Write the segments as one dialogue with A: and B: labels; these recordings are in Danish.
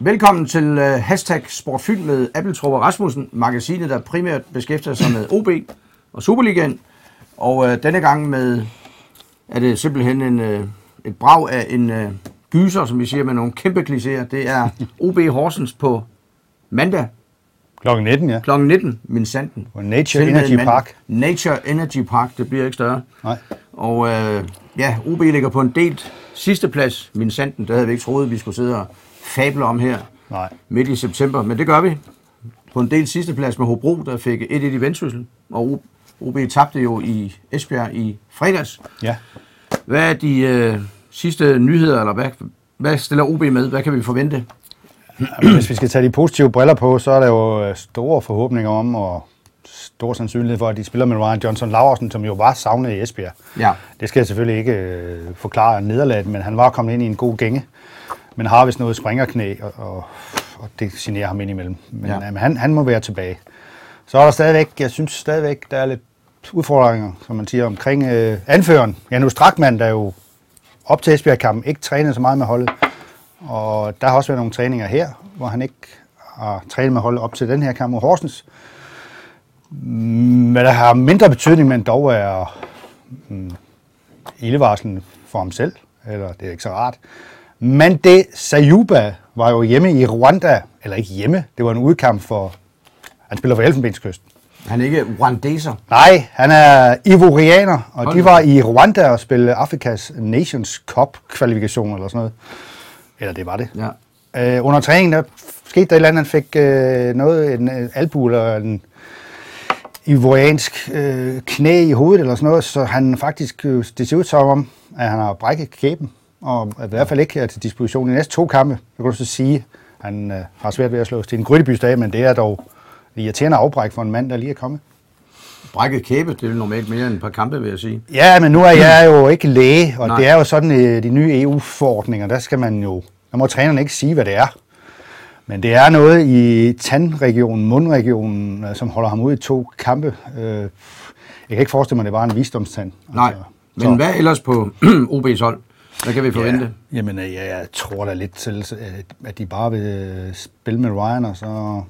A: Velkommen til uh, Hashtag Sportfyn med Appeltrup og Rasmussen, magasinet, der primært beskæftiger sig med OB og Superligaen. Og uh, denne gang med, er det simpelthen en, uh, et brag af en uh, gyser, som vi siger med nogle kæmpe klichéer. Det er OB Horsens på mandag
B: Klokken 19, ja.
A: kl. 19, min sanden.
B: På Nature Energy Park.
A: Nature Energy Park, det bliver ikke større.
B: Nej.
A: Og øh, ja, OB ligger på en delt sidste plads. Min sanden, det havde vi ikke troet, vi skulle sidde og fable om her
B: Nej.
A: midt i september. Men det gør vi. På en delt sidste plads med Hobro, der fik 1-1 i vendsyssel. Og OB tabte jo i Esbjerg i fredags.
B: Ja.
A: Hvad er de øh, sidste nyheder, eller hvad, hvad stiller OB med? Hvad kan vi forvente?
B: Jamen, Hvis vi skal tage de positive briller på, så er der jo øh, store forhåbninger om, og stor sandsynlighed for, at de spiller med Ryan Johnson Laversen, som jo var savnet i Esbjerg.
A: Ja.
B: Det skal jeg selvfølgelig ikke øh, forklare nederlaget, men han var kommet ind i en god gænge. Men har vist noget springerknæ, og, og, og det generer ham indimellem. Men
A: Ja.
B: ja. jamen, han, han må være tilbage. Så er der stadigvæk, jeg synes stadigvæk, der er lidt udfordringer, som man siger, omkring øh, anføreren. Janus Strakman, der jo op til Esbjerg-kampen ikke trænede så meget med holdet. Og der har også været nogle træninger her, hvor han ikke har trænet med holdet op til den her kamp mod Horsens. Men der har mindre betydning, men dog er ildevarslen for ham selv, eller det er ikke så rart. Men det Sayuba var jo hjemme i Rwanda, eller ikke hjemme, det var en udkamp for, han spiller for Elfenbenskysten.
A: Han er ikke rwandeser.
B: Nej, han er ivorianer, og
A: Hold
B: de
A: da
B: var i Rwanda og spille Afrikas Nations Cup kvalifikation eller sådan noget. Eller det var det.
A: Ja.
B: Øh, under træningen, der skete der et eller andet, han fik øh, noget, en, en albu eller en ivoriansk øh, knæ i hovedet eller sådan noget, så han faktisk, øh, det ser ud som om, at han har brækket kæben, og i hvert fald ikke er til disposition i de næste to kampe. Jeg kan du så sige, at han øh, har svært ved at slå til en grytebys dag, men det er dog et irriterende afbræk for en mand, der lige er kommet.
A: Brækket kæbe, det er normalt mere end et par kampe, vil jeg sige.
B: Ja, men nu er jeg jo ikke læge, og
A: Nej.
B: Nej. det er jo sådan, øh, de nye EU-forordninger, der skal man jo, der må trænerne ikke sige, hvad det er. Men det er noget i tandregionen, mundregionen, øh, som holder ham ud i to kampe. Øh, Jeg kan ikke forestille mig, at det var en visdomstand.
A: Nej.
B: Altså,
A: Men hvad ellers på OB's hold? Hvad kan vi forvente? Ja.
B: Ja, jamen, øh, jeg, jeg tror da lidt til, at- at de bare vil øh, spille med Ryan og så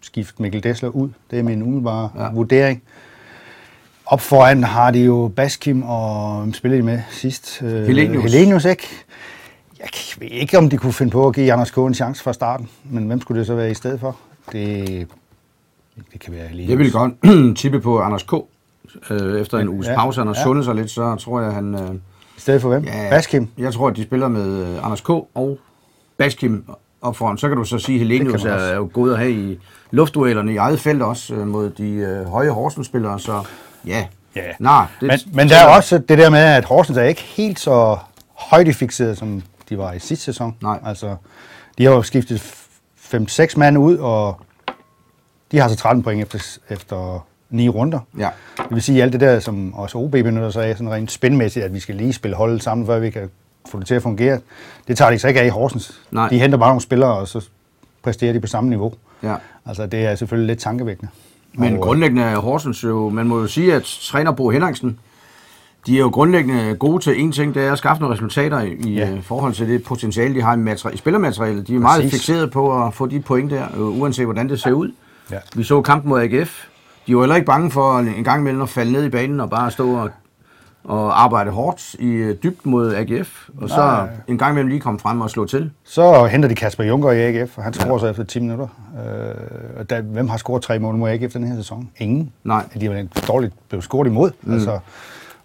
B: skifte Mikkel Dessler ud. Det er min umiddelbare
A: Ja.
B: ja. vurdering. Op foran har de jo Baskim og hvem spillede de med sidst? Øh,
A: Helenius.
B: Helenius, ikke? Jeg k- ved ikke, om de kunne finde på at give Anders K. en chance fra starten, men hvem skulle det så være i stedet for? Det, det kan være Helenius.
A: Jeg vil godt tippe på Anders K. Øh, efter en uges
B: Ja.
A: pause. Han har
B: Ja.
A: sundet sig lidt, så tror jeg, han... Øh,
B: I stedet for hvem? Ja. Baskim?
A: Jeg tror, at de spiller med øh, Anders K. og Baskim op foran. Så kan du så sige, at Helenius
B: Det kan
A: er,
B: man også.
A: er jo god at have i luftduellerne i eget felt også øh, mod de øh, høje Horsens-spillere. Så ja,
B: Ja.
A: Nej,
B: Det, men, men der er også det der med, at Horsens er ikke helt så højdefixeret, som de var i sidste sæson.
A: Nej.
B: Altså, de har jo skiftet f- 5-6 mand ud, og de har så 13 point efter, efter 9 runder.
A: Ja.
B: Det vil sige, at alt det der, som også OB benytter sig af, sådan rent spændmæssigt, at vi skal lige spille holdet sammen, før vi kan få det til at fungere, det tager de så ikke af i Horsens.
A: Nej.
B: De henter bare nogle spillere, og så præsterer de på samme niveau.
A: Ja.
B: Altså, det er selvfølgelig lidt tankevækkende.
A: Men
B: Og-
A: grundlæggende er Horsens jo, man må jo sige, at træner Bo Henriksen, de er jo grundlæggende gode til en ting, det er at skaffe nogle resultater i, i
B: Ja.
A: ja. forhold til det potentiale, de har i, materi- i spillermaterialet. De er meget
B: Præcis.
A: fixeret på at få de point der, øh, uanset hvordan det ser ud.
B: Ja.
A: Vi så kampen mod AGF. De var heller ikke bange for en en gang imellem at falde ned i banen og bare stå og, og arbejde hårdt i øh, dybden mod AGF. Og så
B: Nej.
A: en gang imellem lige komme frem og slå til.
B: Så henter de Kasper Junker i AGF, og han scorer ja. så efter 10 minutter. Øh, og der, hvem har scoret tre mål mod AGF den her sæson? Ingen.
A: Nej.
B: De er dårligt blevet scoret imod. Mm. Altså,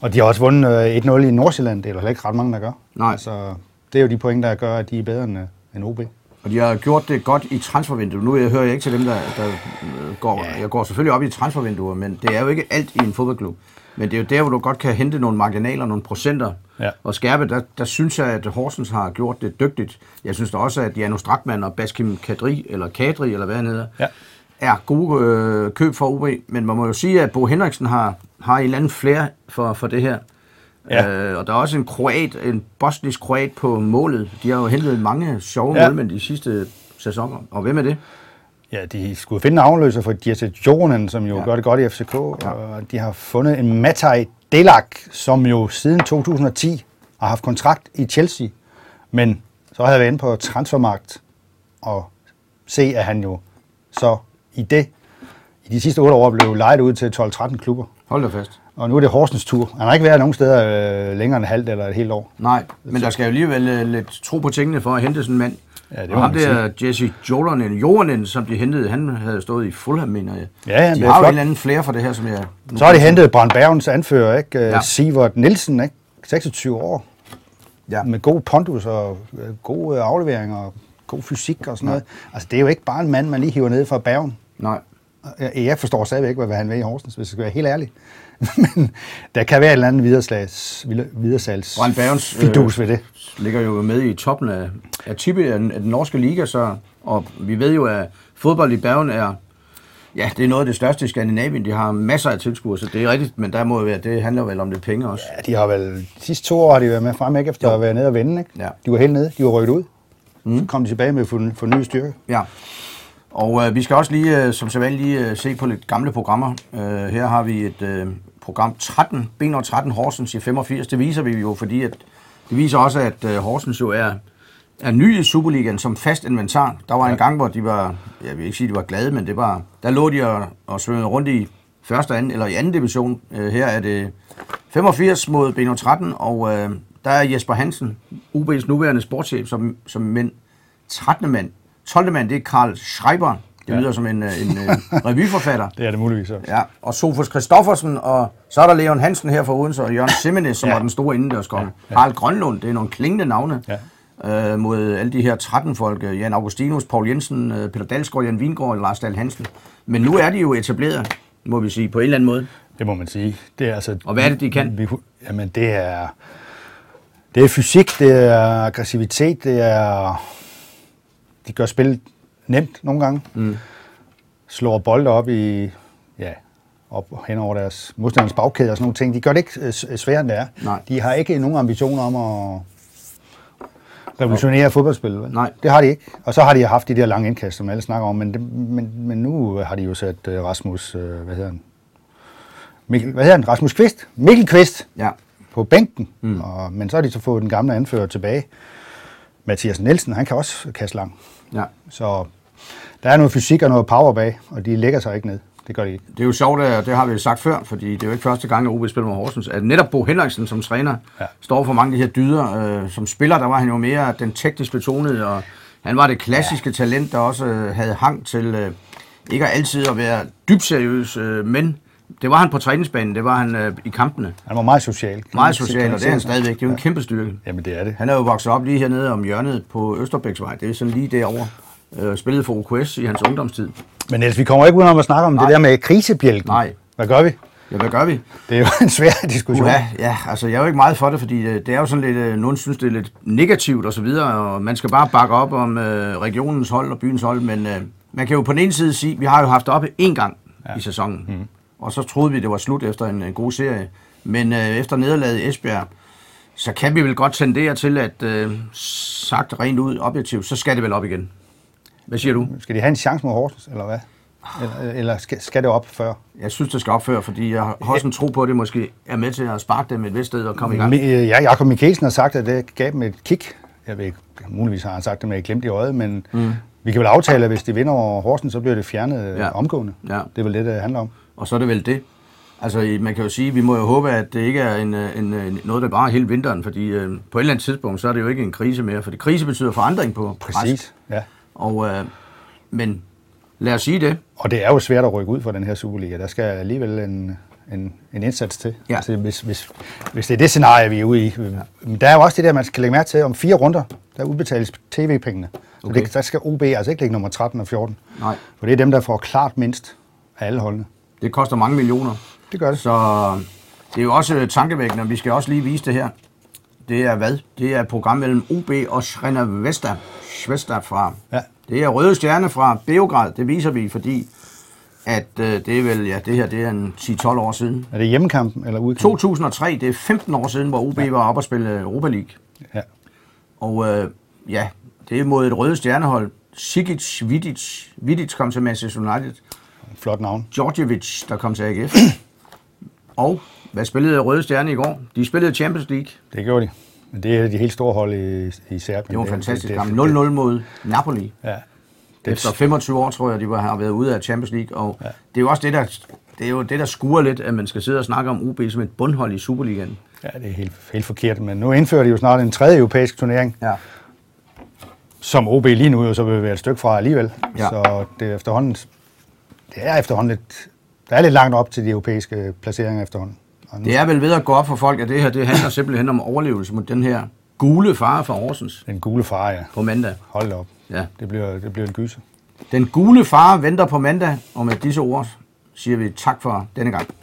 B: og de har også vundet øh, 1-0 i Nordsjælland. Det er der heller ikke ret mange, der gør.
A: Nej.
B: Altså, det er jo de point, der gør, at de er bedre end, øh, end OB.
A: Og de har gjort det godt i transfervinduet. Nu jeg hører jeg ikke til dem, der, der øh, går...
B: Ja.
A: Jeg går selvfølgelig op i transfervinduer, men det er jo ikke alt i en fodboldklub. Men det er jo der, hvor du godt kan hente nogle marginaler, nogle procenter.
B: Ja.
A: Og skærpe, der, der synes jeg, at Horsens har gjort det dygtigt. Jeg synes da også, at Janus Strakman og Baskim Kadri, eller Kadri, eller hvad han hedder,
B: Ja.
A: er gode øh, køb for OB. Men man må jo sige, at Bo Henriksen har, har en eller anden flere for, for det her.
B: Ja.
A: Øh, og der er også en kroat, en bosnisk kroat på målet. De har jo hentet mange sjove ja.
B: Ja.
A: målmænd de sidste sæsoner. Og hvem er det?
B: Ja, de skulle finde en afløser for Jesse Jonen, som jo
A: Ja.
B: ja. gør det godt i FCK. Ja. Og de har fundet en Mataj Delak, som jo siden 2010 har haft kontrakt i Chelsea. Men så har jeg været inde på transfermarkt at se, at han jo så i det, i de sidste otte år, blev lejet ud til 12-13 klubber.
A: Hold da fast.
B: Og nu er det Horsens tur. Han har ikke været nogen steder øh, længere end halvt eller et helt år.
A: Nej, men der skal jo alligevel øh, lidt tro på tingene for at hente sådan en mand.
B: Ja, det
A: og
B: må
A: ham
B: man
A: der Jesse Jolonen, Jolonen, som de hentede, han havde stået i Fulham, mener jeg.
B: Ja, ja,
A: de
B: det
A: har
B: er
A: jo en
B: flot.
A: eller anden flere for det her, som jeg... nu
B: Så har de
A: kan-
B: hentet Brand Bergens anfører, ikke?
A: Ja.
B: Ja. Sivert Nielsen, ikke? 26 år.
A: Ja.
B: Med god pondus og øh, gode afleveringer og god fysik og sådan noget. Altså, det er jo ikke bare en mand, man lige hiver ned fra Bergen.
A: Nej,
B: Jeg- Jeg forstår stadigvæk ikke, hvad han vil i Horsens, hvis jeg skal være helt ærlig. Men der kan være et eller andet videreslags, videresalgs
A: Brand Bergens, øh,
B: fidus ved det.
A: ligger jo med i toppen af, af tippe af, den- af den norske liga, så, og vi ved jo, at fodbold i Bergen er, ja, det er noget af det største i Skandinavien. De har masser af tilskuere, så det er rigtigt, men der må jo være, det handler vel om det penge også.
B: Ja, de har vel, de sidste to år har de været med frem, ikke? Efter at være nede og vende, ikke?
A: Ja.
B: De var helt nede, de var rykket ud. Mm. Så kom de tilbage med for, for nye styrke.
A: Ja. Og øh, vi skal også lige, øh, som sædvanligt, lige øh, se på lidt gamle programmer. Øh, her har vi et øh, program 13, Ben og 13 Horsens i 85. Det viser vi jo, fordi at, det viser også, at øh, Horsens jo er, er ny i Superligaen som fast inventar. Der var en gang, hvor de var, jeg vil ikke sige, de var glade, men det var, der lå de og, og svømmede rundt i første og anden, eller i anden division. Øh, her er det 85 mod Beno 13, og øh, der er Jesper Hansen, UB's nuværende sportschef, som, som mænd 13. mand. 12. mand, det er Karl Schreiber. Det lyder som en, øh, en øh, revyforfatter.
B: Det er det muligvis også.
A: Ja, og Sofus Kristoffersen, og så er der Leon Hansen her fra Odense, og Jørgen Simmenes, som ja.
B: Ja.
A: var den store indendørskonge. Ja. Harald Grønlund, det er nogle klingende navne. Ja. Øh, mod alle de her 13 folk, øh, Jan Augustinus, Paul Jensen, øh, Peter Dalsgaard, Jan Vingård og Lars Dahl Hansen. Men nu er de jo etableret, må vi sige, på en eller anden måde.
B: Det må man sige. Det er altså,
A: Og hvad er det, de kan?
B: Vi, jamen, det er, det er fysik, det er aggressivitet, det er... De gør spillet nemt nogle gange. Mm. Slår bolde op i... Ja, op hen over deres modstanders bagkæde og sådan nogle ting. De gør det ikke øh, s- sværere, end det er.
A: Nej.
B: De har ikke nogen ambitioner om at revolutionere fodboldspillet. Vel?
A: Nej.
B: Det har de ikke. Og så har de haft de der lange indkast, som alle snakker om, men, det, men, men nu har de jo sat øh, Rasmus, øh, hvad hedder han? Mikkel, hvad hedder han? Rasmus Kvist? Mikkel Kvist
A: Ja,
B: på bænken, mm. og, men så har de så fået den gamle anfører tilbage. Mathias Nielsen, han kan også kaste lang.
A: ja.
B: Så der er noget fysik og noget power bag, og de lægger sig ikke ned. Det gør de ikke.
A: Det er jo sjovt, at det har vi sagt før, fordi det er jo ikke første gang, at OB spiller mod Horsens, at netop Bo Henriksen som træner ja.
B: Ja.
A: står for mange af de her dyder. Øh, som spiller, der var han jo mere den teknisk betonede, og han var det klassiske ja. talent, der også øh, havde hang til øh, ikke at altid at være dybt seriøs, øh, men det var han på træningsbanen, det var han øh, i kampene.
B: Han var meget social.
A: Meget social, og det er han stadigvæk. Det er jo en kæmpe styrke.
B: Jamen det er det.
A: Han er jo vokset op lige hernede om hjørnet på Østerbæksvej. Det er sådan lige derovre. Øh, spillede for OKS i hans ungdomstid.
B: Men ellers, vi kommer ikke udenom at snakke om Nej. det der med krisebjælken.
A: Nej.
B: Hvad gør vi?
A: Ja, hvad gør vi?
B: Det er jo en svær diskussion.
A: Uha, ja, altså jeg er jo ikke meget for det, fordi øh, det er jo sådan lidt, øh, nogen synes det er lidt negativt og så videre, og man skal bare bakke op om øh, regionens hold og byens hold, men øh, man kan jo på den ene side sige, vi har jo haft det oppe én gang ja. i sæsonen, mm. og så troede vi, det var slut efter en, en god serie, men øh, efter nederlaget i Esbjerg, så kan vi vel godt tendere til, at øh, sagt rent ud objektivt, så skal det vel op igen. Hvad siger du?
B: Skal de have en chance mod Horsens, eller hvad? Eller, eller skal, skal det op før?
A: Jeg synes, det skal opføre, fordi jeg har også en tro på, at det måske er med til at sparke dem et vist sted og komme i gang.
B: Mi- øh, Ja, Jakob Mikkelsen har sagt, at det gav dem et kick. Jeg ved ikke, muligvis har han sagt det med et glimt i øjet, men mm. vi kan vel aftale, at hvis de vinder over Horsens, så bliver det fjernet
A: Ja.
B: ja. omgående.
A: Ja.
B: Det er vel det, det handler om.
A: Og så er det vel det. Altså, i- man kan jo sige, vi må jo håbe, at det ikke er en, øh, en, øh, noget, der bare er hele vinteren, fordi øh, på et eller andet tidspunkt, så er det jo ikke en krise mere, for det krise betyder forandring på græsk.
B: Ja.
A: Og, øh, men lad os sige det.
B: Og det er jo svært at rykke ud fra den her Superliga. Der skal alligevel en, en, en indsats til.
A: Ja.
B: Altså, hvis, hvis, hvis det er det scenarie, vi er ude i. Men der er jo også det der, man skal lægge mærke til. Om fire runder, der udbetales tv-pengene. Så
A: Okay.
B: det, der skal OB altså ikke ligge nummer 13 og 14.
A: Nej.
B: For det er dem, der får klart mindst af alle holdene.
A: Det koster mange millioner.
B: Det gør det.
A: Så det er jo også øh, tankevækkende, og vi skal også lige vise det her. Det er hvad? Det er et program mellem OB og Srena Vesta, Svesta fra.
B: Ja.
A: Det er Røde Stjerne fra Beograd, det viser vi, fordi at øh, det er vel, ja, det her det er en 10-12 år siden.
B: Er det hjemmekampen eller udkampen?
A: 2003, det er 15 år siden, hvor OB ja. var oppe og spille øh, Europa League.
B: Ja.
A: Og øh, ja, det er mod et røde stjernehold. Sigic Vidic. Vidic kom til Manchester United.
B: Flot navn.
A: Djordjevic, der kom til AGF. og hvad spillede Røde Stjerne i går? De spillede Champions League.
B: Det gjorde de. Men det er de helt store hold i, i Serbien.
A: Det var en fantastisk
B: det-
A: kamp. 0-0 mod Napoli.
B: Ja.
A: Det... Efter 25 år, tror jeg, de var, har været ude af Champions League, og ja. det er jo også det, der, det er jo det, der skuer lidt, at man skal sidde og snakke om OB som et bundhold i Superligaen.
B: Ja, det er helt, helt forkert, men nu indfører de jo snart en tredje europæisk turnering,
A: Ja.
B: som OB lige nu jo så vil være et stykke fra alligevel.
A: Ja.
B: Så det er efterhånden, det er efterhånden lidt, der er lidt langt op til de europæiske placeringer efterhånden. Og nu,
A: Det er vel ved at gå op for folk, at det her det handler simpelthen om overlevelse mod den her gule fare fra Horsens
B: Den gule far, ja.
A: på mandag.
B: Hold da op.
A: Ja.
B: Det bliver, det bliver en gyser.
A: Den gule fare venter på mandag, og med disse ord siger vi tak for denne gang.